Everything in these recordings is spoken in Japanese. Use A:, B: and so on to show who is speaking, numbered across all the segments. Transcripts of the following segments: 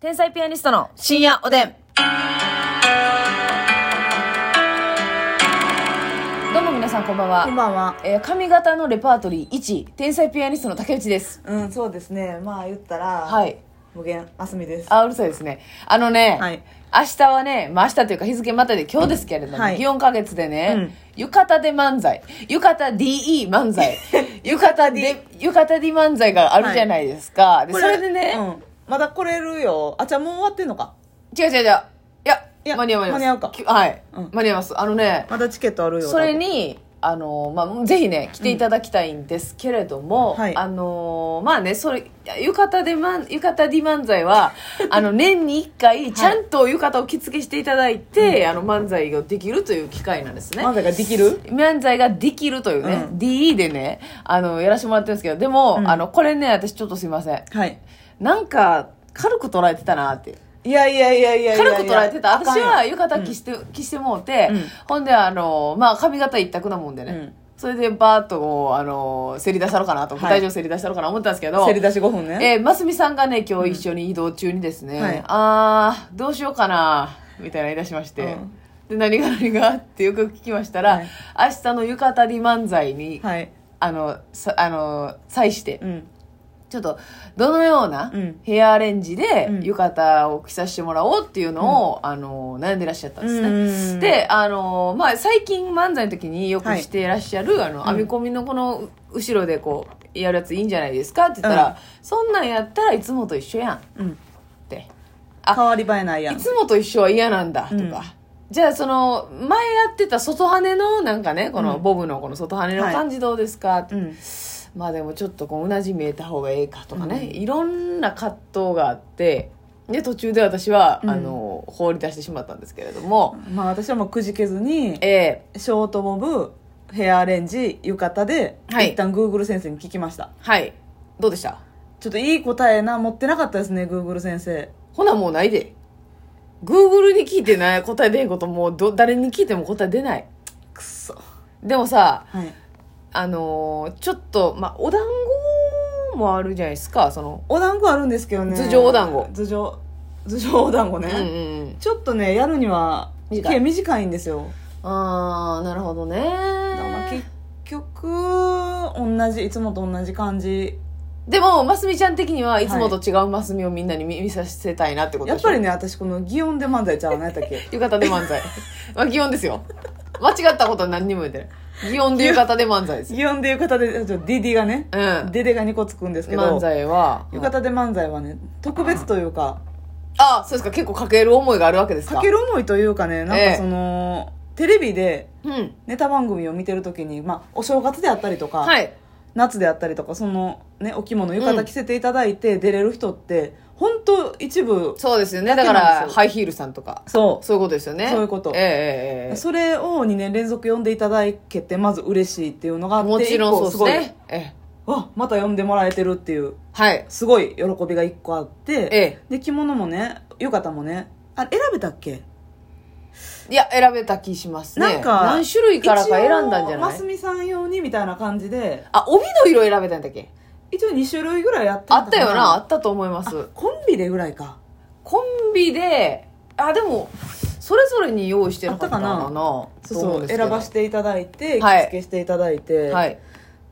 A: 天才ピアニストの深夜おでん。どうも皆さんこんばんは。
B: こんばんは。
A: えー髪型のレパートリー1、天才ピアニストの竹内です。
B: うん、そうですね。まあ言ったら、
A: はい。
B: 無限、あすみです。
A: あ、うるさいですね。あのね、
B: はい
A: 明日はね、まあ明日というか日付またで今日ですけれども、
B: はい
A: 4ヶ月でね、
B: うん
A: 浴衣で漫才、浴衣 DE 漫 才、浴衣で、浴衣 D 漫才があるじゃないですか。で、それでね、
B: うん。まだ来れるよ。あ、じゃあもう終わってんのか。
A: 違う違う違う。いや、
B: いや
A: 間に合います。
B: 間に合うか
A: きはい、
B: うん
A: 間に合います。あのね、
B: まだチケットあるよ。
A: それに、あのまあ、ぜひね来ていただきたいんですけれども、
B: うんはい
A: あのまあねそれ浴衣でまん浴衣で漫才は あの年に1回ちゃんと浴衣を着付けしていただいて、あの漫才ができるという機会なんです
B: 多
A: ね
B: 分。漫才ができる
A: 漫才ができるというね、
B: うん
A: DE でね、あの、やらせてもらってるんですけど、でも、
B: うん
A: あの、これね、私ちょっとすいません。
B: はい。
A: なんか、軽く捉えてたなって。
B: いやいやいやいやいやいや
A: 軽く捉えてた。私は浴
B: う
A: 衣
B: ん
A: 着して、着してもうて、
B: うん
A: ほんで、あの、まあ、髪型一択なもんでね。
B: うん
A: それで、バーっとこう、あの、競り出したろかなと、舞
B: はい
A: 台上競り出したろかな思ったんですけど、
B: 競り出し5分ね。
A: えー、ますみさんがね、今日一緒に移動中にですね、
B: はい
A: あー、どうしようかな、みたいな言い出しまして、
B: うん
A: で、何が何がってよく聞きましたら、
B: はい
A: 明日の浴衣に漫才に、
B: はい。
A: あの、さあの、際して、
B: うん。
A: ちょっとどのような
B: うん
A: ヘアアレンジで
B: うん
A: 浴衣を着させてもらおうっていうのを、あの悩んでらっしゃったんですね、
B: うん
A: であの、まあ、最近漫才の時によく
B: はい
A: していらっしゃる、あの
B: ん
A: 編み込みのこの後ろでこうやるやついいんじゃないですかって言ったら、
B: うん
A: そんなんやったらいつもと一緒やんっ
B: うん。
A: てあ
B: 変わり映えないや
A: い
B: ん。
A: つもと一緒は嫌なんだとか、
B: うん
A: じゃあその前やってた外羽根のなんかねこの
B: うん
A: ボブのこの外羽根の感じどうですかって
B: うん。
A: まあでもちょっとこううなじ見えた方がええかとかね、いろんな葛藤があってで途中で私は、
B: うん
A: あの放り出してしまったんですけれども、
B: まあ私はもうくじけずに、
A: ええ
B: ショートボブ、ヘアアレンジ、浴衣で、
A: はい
B: 一旦 Google 先生に聞きました。
A: はいどうでした
B: ちょっといい答えな、持ってなかったですね、Google 先生。
A: ほなもうないで Google に聞いてない答え出へんこともうど誰に聞いても答え出ない
B: くそ。
A: でもさ
B: はい。
A: あのーちょっとまあお団子もあるじゃないですかその
B: お団子あるんですけどね
A: 頭上お団子
B: 頭上頭上お団子ね、
A: うんうんうん
B: ちょっとねやるには
A: 短い
B: 毛短いんですよ
A: ああなるほどね
B: だからまあ結局同じいつもと同じ感じ
A: でもますみちゃん的にはいつもと違うますみをみんなに見見させたいなってこと
B: や
A: で
B: っ
A: しょ
B: ぱりね私この擬音で漫才ちゃうなやったっ け
A: 浴衣で 漫才。まあ、擬音ですよ。間違ったことは何にも言ってない。擬音で浴衣で漫才です。
B: 擬音で いう方でちょっとディディがね
A: うん。
B: デデが2個つくんですけど
A: 漫才は。
B: 浴衣で漫才はね特別というか
A: あ、そうですか。結構かける思いがあるわけですか。
B: かける思いというかねなん
A: ええ
B: かその、テレビで
A: うん。
B: ネタ番組を見てるときに、まあ、お正月であったりとか、
A: はい。
B: 夏であったりとかそのねお着物浴衣着せていただいて出れる人って、本当一部
A: そうですよね。だか
B: けなんですよ
A: ら、ハイヒールさんとか。
B: そ
A: そういうことですよね。
B: そういうこと
A: ええええええ
B: それを2年連続呼んでいただけてまず嬉しいっていうのがあって
A: もちろんそうです
B: 一個
A: ね。ええ
B: すごいあまた呼んでもらえてるっていう
A: はい。
B: すごい喜びが1個あって、
A: ええ
B: で着物もね浴衣もねあ選べたっけ
A: いや、選べた気しますね。
B: なんか
A: 何種類からか選んだんじゃ
B: 一応
A: な
B: ます
A: い
B: みさん用にみたいな感じで
A: あ、帯の色選べたんだっけ
B: 一応2種類ぐらいやって
A: あったよな。あったと思います。
B: コンビでぐらいか
A: コンビで、あ、でも、それぞれに用意してなかったかな。
B: あったかそうそう選ばせ
A: て。
B: ていただいて着
A: はい
B: 付けしていただいて、
A: はい。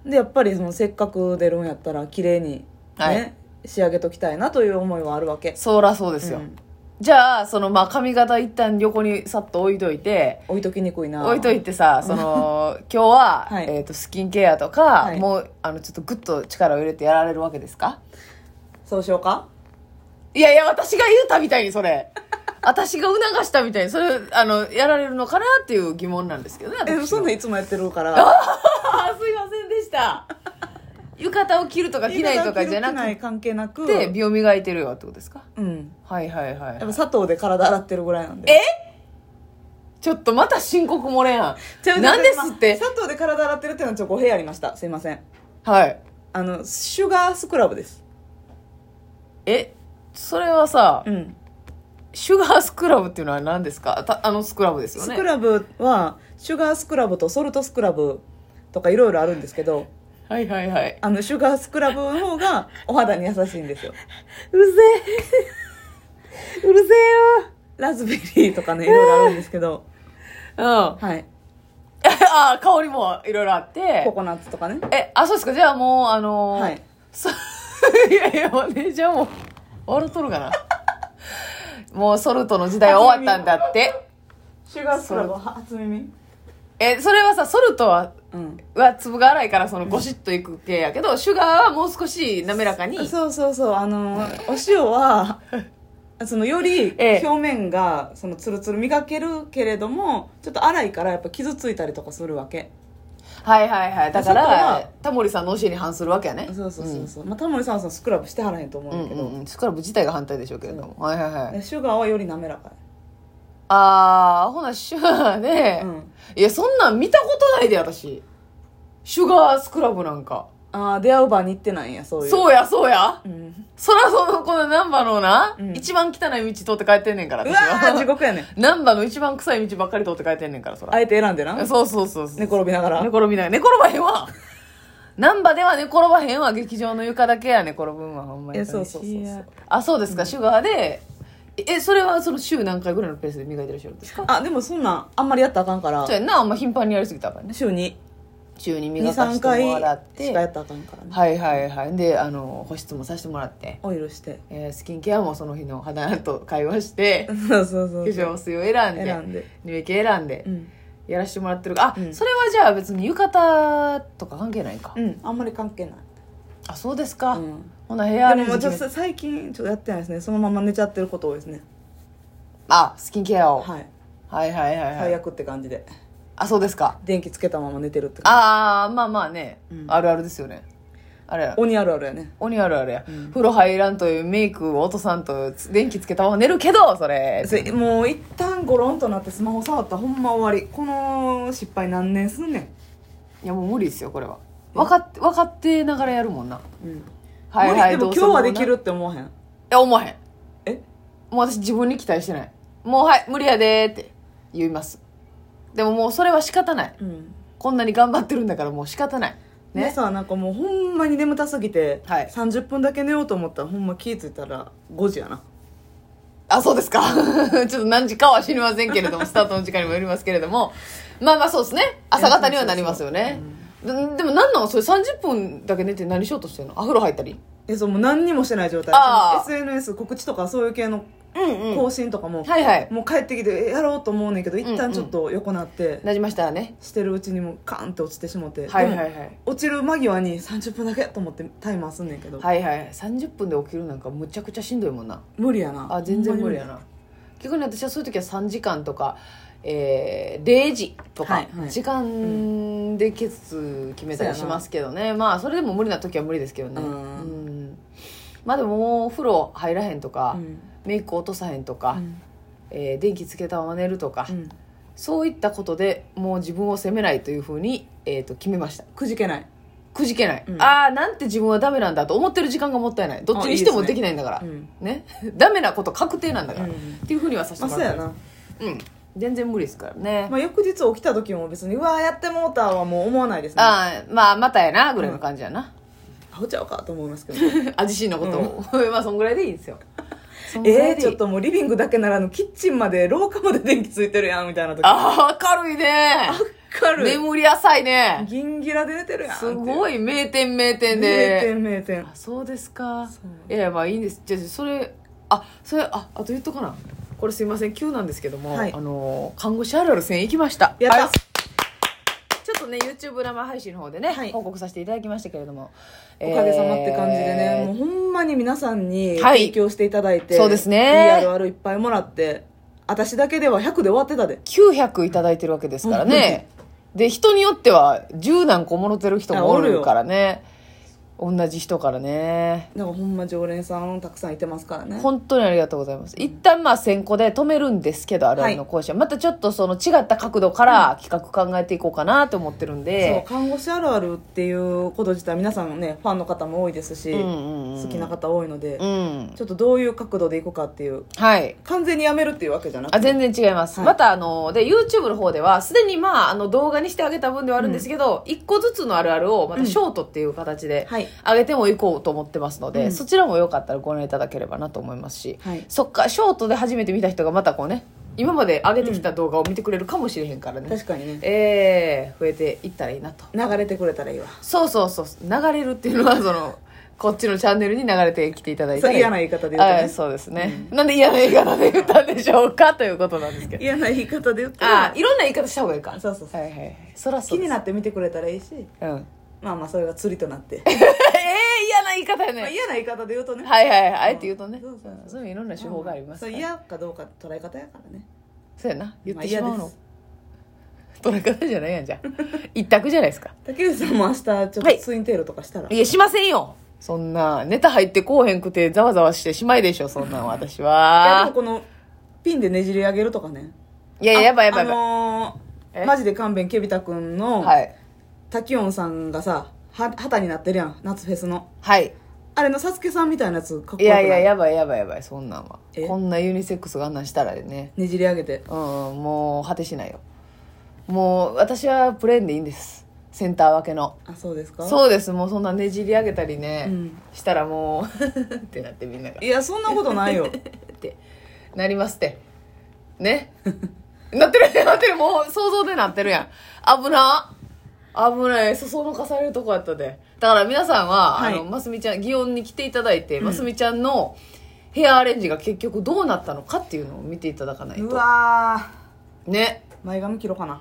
B: でやっぱりそのせっかく出るんやったら綺麗にね、
A: はい
B: 仕上げときたいなという思いはあるわけ
A: そらそうですよ。
B: うん
A: じゃあ、その、まあ、髪型一旦横にさっと置いといて、
B: 置いときにくいな
A: 置いといて さ、その、今日は、
B: はい
A: えっ、と、スキンケアとか、
B: い
A: もう、あの、ちょっとグッと力を入れてやられるわけですか
B: そうしようか
A: いやいや、私が言うたみたいに、そ れ。私が促したみたいに、それ、あの、やられるのかなっていう疑問なんですけどね、私
B: え
A: は
B: そんなんいつもやってるから
A: あーすいませんで した。浴衣を着るとか着ないとかじゃな
B: 着ない
A: く
B: 関係なく
A: て、美容磨いてるよってことですか
B: うん
A: はいはいはい
B: やっ
A: は
B: ぱ
A: い。
B: 砂糖で体洗ってるぐらいなんで
A: えちょっとまた申告漏れや。
B: ちゃうん
A: なんですっ
B: ま
A: て。
B: 砂糖で体洗ってるっていうのはちょっと語弊ありましたすいません
A: はい。
B: あのシュガースクラブです
A: え、それはさ、
B: ん
A: シュガースクラブっていうのは何ですかたあのスクラブですよ
B: ス
A: ね。
B: クラブはシュガースクラブとソルトスクラブとかいろいろあるんですけど
A: はいはいはい。
B: あのシュガースクラブの方がお肌に優しいんですよ
A: うぜ
B: ラズベリーとかねいろいろあるんです けど
A: うん。あ
B: はい
A: あ、香りもいろいろあって
B: コ。コナッツとかね
A: え、あ、そうですか。じゃあもう、あのー
B: はい
A: そ いやいや、マネージャーも、笑っとるか な。もうソルトの時代は終わったんだって。
B: シュガ
A: ースクラブ
B: 初耳
A: え、それはさ、ソルトは、
B: うん
A: は粒が荒いからそのゴシッといく系やけど、シュガーはもう少し滑らかに。
B: そうそうそうあのお塩は そのより
A: ええ
B: 表面がそのツルツル磨けるけれどもちょっと粗いからやっぱ傷ついたりとかするわけ
A: はいはいはい。だか
B: そこは
A: ら、タモリさんの教えに反するわけやね。
B: そうそうそうそう、まあ、タモリさんはそのスクラブしてはらへんと思
A: う
B: うん
A: ん
B: だけ
A: う
B: ど、
A: んうん。スクラブ自体が反対でしょうけれども。はいはいはい。
B: でシュガーはより滑らか
A: あー、ほな、シュガーね。
B: うん
A: いや、そんなん見たことないで、私。シュガースクラブなんか。
B: ああ出会う場に行ってないんやそういうう、
A: そうや、そうや。
B: ん、
A: そらその、この難波のな、
B: うん
A: 一番汚い道通って帰ってんねんから、
B: う
A: 私
B: わー地
A: は。
B: 獄やねん
A: 難波の一番臭い道ばっかり通って帰ってんねんから、そら。
B: あえて選んでな
A: そうそうそうそう。
B: 寝転びなが
A: 寝
B: ら
A: 転びない。寝転ばへんわ。難波では寝転ばへんわ。劇場の床だけや寝転ぶんは、ほんまに。
B: えそうそうそうそう
A: いやあ、そうですか、シュガーで。え、それはその週何回ぐらいのペースで磨いてらっしゃるんですか
B: あでもそんなんあんまりやったらあかんから
A: そうやんな、あんま頻繁にやりすぎたらあからね。
B: 週に
A: 週に磨かし
B: 23
A: てもら
B: 回
A: っ
B: しかや
A: て
B: ったらあかんからね
A: はいはいはいであの保湿もさせてもらって、
B: オイルして
A: えースキンケアもその日の肌と会話して
B: そうそうそ
A: 化
B: う
A: 粧水を選んで
B: 選んで
A: 乳液選んで、
B: うん、
A: やらしてもらってるあ、
B: うん
A: それはじゃあ別に浴衣とか関係ないか、
B: うん、あんまり関係ない
A: あそうですか、
B: うん
A: ほなヘアアレ
B: でもも
A: ン
B: うち
A: ジ
B: ょっと最近ちょっとやってないですねそのまま寝ちゃってること多いですね
A: あスキンケアを、
B: はい
A: はい、はいはいはい
B: 最悪って感じで
A: あそうですか
B: 電気つけたまま寝てるって感
A: ああまあまあね、
B: うん
A: あるあるですよねあれや
B: じ鬼あるあるやね
A: 鬼あるあるや、
B: うん
A: 風呂入らんというメイクを落とさんと電気つけたまま寝るけどそれ
B: それもう一旦ゴロンとなってスマホ触ったらほんま終わりこの失敗何年すんね、
A: いやもう無理ですよこれは分かって分かってながらやるもんなん
B: うん、
A: はいはい
B: 無
A: ど
B: 理
A: う
B: で
A: せ
B: も今日は
A: も
B: で
A: うな
B: きるって思わへん
A: いや思わへん
B: え
A: もう私自分に期待してないもうはい無理やでーって言いますでももうそれは仕方ない
B: うん
A: こんなに頑張ってるんだからもう仕方ない
B: ね、
A: ね
B: さなんかもうほんまに眠たすぎて、
A: はい
B: 30分だけ寝ようと思ったらほんま気ぃついたら5時やな
A: あそうですか ちょっと何時かは知りませんけれど もスタートの時間にもよりますけれどもまあまあそうですね朝方にはなりますよねででもなんなのそれ30分だけ寝て何しようとしてんのあ風呂入ったり
B: えそうもう何にもしてない状態
A: あー
B: その SNS 告知とかそういう系の
A: うん
B: 更新とかも、
A: はいはい
B: もう帰ってきてえやろうと思うねんけど一旦ちょっと横なって、
A: なじましたらね
B: してるうちにもうカーンって落ちてしもて、
A: はいはいは
B: でも
A: い
B: 落ちる間際に30分だけと思ってタイマーすんねんけど、
A: はいはい30分で起きるなんかむちゃくちゃしんどいもんな
B: 無理やな
A: あ全然無理やな逆に私はそういう時は3時間とか、えー、0時と
B: は
A: か
B: いはい
A: 時間で決決めたりしますけどね、まあそれでも無理な時は無理ですけどね
B: う
A: うんんまあでももうお風呂入らへんとか、
B: ほん
A: メイク落とさへんとか、
B: まに無理
A: えー電気つけたまま寝るとか、
B: うんうん
A: そういったことでもう自分を責めないというふうに、えー、と決めました
B: くじけない、
A: くじけない、
B: うん
A: ああなんて自分はダメなんだと思ってる時間がもったいないどっちにしてもできないんだから
B: うん
A: ねダメなこと確定なんだから、
B: うん
A: っていうふうにはさせ
B: ま
A: て
B: あ
A: も
B: そう
A: らって
B: や
A: ま
B: な、
A: すうん全然無理ですからね、
B: まあ、翌日起きた時も別にうわーやってもうたはもう思わないですねあ
A: あーまあまたやなぐらいの感じやな、
B: ほちゃうかと思いますけど
A: 味しいのことを、 まあそんぐらいでいいんですよそんぐら
B: え
A: い
B: ー、
A: でい
B: ち
A: い
B: ょっともうリビングだけならぬキッチンまで廊下まで電気ついてるやんみたいな時
A: ああ明るいね
B: 明るい
A: 眠り浅いね
B: ギンギラで寝てるやんって
A: すごい名店名
B: 名
A: 店で
B: 店名店
A: あそうですか
B: そう
A: いやいやまあいいんですじゃあそれあそれああと言っとかなこれすいません急なんですけども、
B: はい
A: あのー看護師あるある戦行きました
B: やった
A: あちょっとね YouTube 生配信の方でね、
B: はい
A: 報告させていただきましたけれども
B: おかげさまって感じで
A: え
B: ね、
A: ー
B: もうほんまに皆さんに
A: はい
B: 提供していただいて、
A: そうですね
B: いいあるあるいっぱいもらって、私だけでは100で終わってたで。
A: 900いただいてるわけですから ねで人によっては10何個もろてる人もお
B: あおる
A: る
B: よ
A: からね同じ人からね
B: だからほんま常連さんたくさんいてますからね。
A: 本当にありがとうございます一旦まあ先行で止めるんですけどあるあるの講師は、またちょっとその違った角度から企画考えていこうかなと思ってるん
B: そう
A: で
B: 看護師あるあるっていうこと自体皆さんねファンの方も多いですし、
A: うんうんうん
B: 好きな方多いので、
A: うん
B: ちょっとどういう角度でいくかっていう
A: はい
B: 完全にやめるっていうわけじゃなく
A: あ
B: て
A: 全然違います、
B: はい
A: またあので YouTube の方ではすでにまああの動画にしてあげた分ではあるんですけど、一個ずつのあるあるをまたショートっていう形で、
B: はいはい
A: 上げてもいこうと思ってますので、
B: うん
A: そちらもよかったらご覧いただければなと思いますし、
B: はい
A: そっかショートで初めて見た人がまたこうね今まで上げてきた動画を見てくれるかもしれへんからね、
B: 確かにね
A: えー増えていったらいいなと
B: 流れてくれたらいいわ
A: そうそうそう流れるっていうのはその こっちのチャンネルに流れてきていただい
B: そう
A: て
B: 嫌な言い方で言うと
A: はい
B: ね
A: そうですね、なんで嫌な言い方で言ったんでしょうかということなんですけど
B: 嫌な言い方で言った
A: あ
B: ら
A: あいろんな言い方した方がいいか
B: そうそうそう
A: はいはいはいそらそ
B: 気
A: うで
B: に
A: す
B: なって見てくれたらいいし
A: うん
B: まあまあそれが釣りとなって
A: えー、嫌な言い方や
B: まあ
A: ね
B: 嫌な言い方で言うとね
A: はいはいはいあえて言うとね
B: そうそうそ
A: そ
B: う
A: ういういろんな手法があります
B: そ
A: か
B: う
A: ら
B: 嫌かどうかって捉え方やからね
A: そうやな言ってし
B: 嫌
A: まう
B: で
A: の
B: す
A: 捉え方じゃないやんじゃん一択じゃないですか
B: 竹内さんも明日ちょっと
A: はい
B: ツインテールとかしたら、
A: いやしませんよそんなネタ入ってこうへんくてざわざわしてしまいでしょそんなん私
B: いやでも
A: は
B: このピンでねじり上げるとかね
A: いやいややばいやばい
B: あ
A: やばい、
B: あのー
A: え
B: マジで勘弁ケビタくんの
A: はい
B: 滝音さんがさは旗になってるやん夏フェスの
A: はい
B: あれのサスケさんみたいなやつかっこ
A: い
B: よく
A: や
B: ない
A: いややばいやばいやばいそんなんは
B: え
A: こんなユニセックスがあんなんしたらね
B: ねじり上げて
A: うんもう果てしないよもう私はプレーンでいいんですセンター分けの
B: あそうですか
A: そうですもうそんなねじり上げたりね、
B: うん
A: したらもう ってなってみんなが
B: いやそんなことな いよ
A: ってなりますって ねなってる なってるもう想像でなってるやん危な危ないそそのかされるとこやったでだから皆さんは、
B: はい
A: あのますみちゃん祇園に来ていただいて、ますみちゃんのヘアアレンジが結局どうなったのかっていうのを見ていただかないうと
B: わ
A: ね
B: ー前髪切ろうかな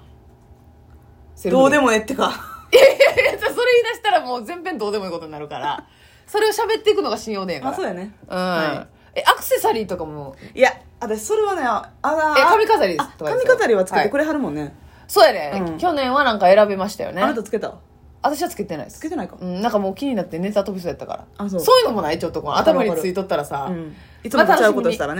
A: セルフ
B: どうでもええってか
A: いやそれ言い出したらもう全編どうでもいいことになる からそれを喋っていくのが信用ねえから
B: あそうやね
A: うん、
B: は
A: えアクセサリーとかも
B: いや私それはねああ
A: え髪飾りです
B: あ
A: とかです
B: 髪
A: よ
B: 飾りはつけてくれはるもんね、
A: そうやね、
B: うん
A: 去年はなんか選べましたよね
B: あなたつけた
A: 私はつけてないです
B: つけてないか
A: うん、なんかもう気になってネタ飛びそうやったから
B: あそう
A: いうのもないちょっとこう
B: わかる
A: 頭
B: わかる
A: についとったらさ、
B: うんいつもとちゃうことしたらね、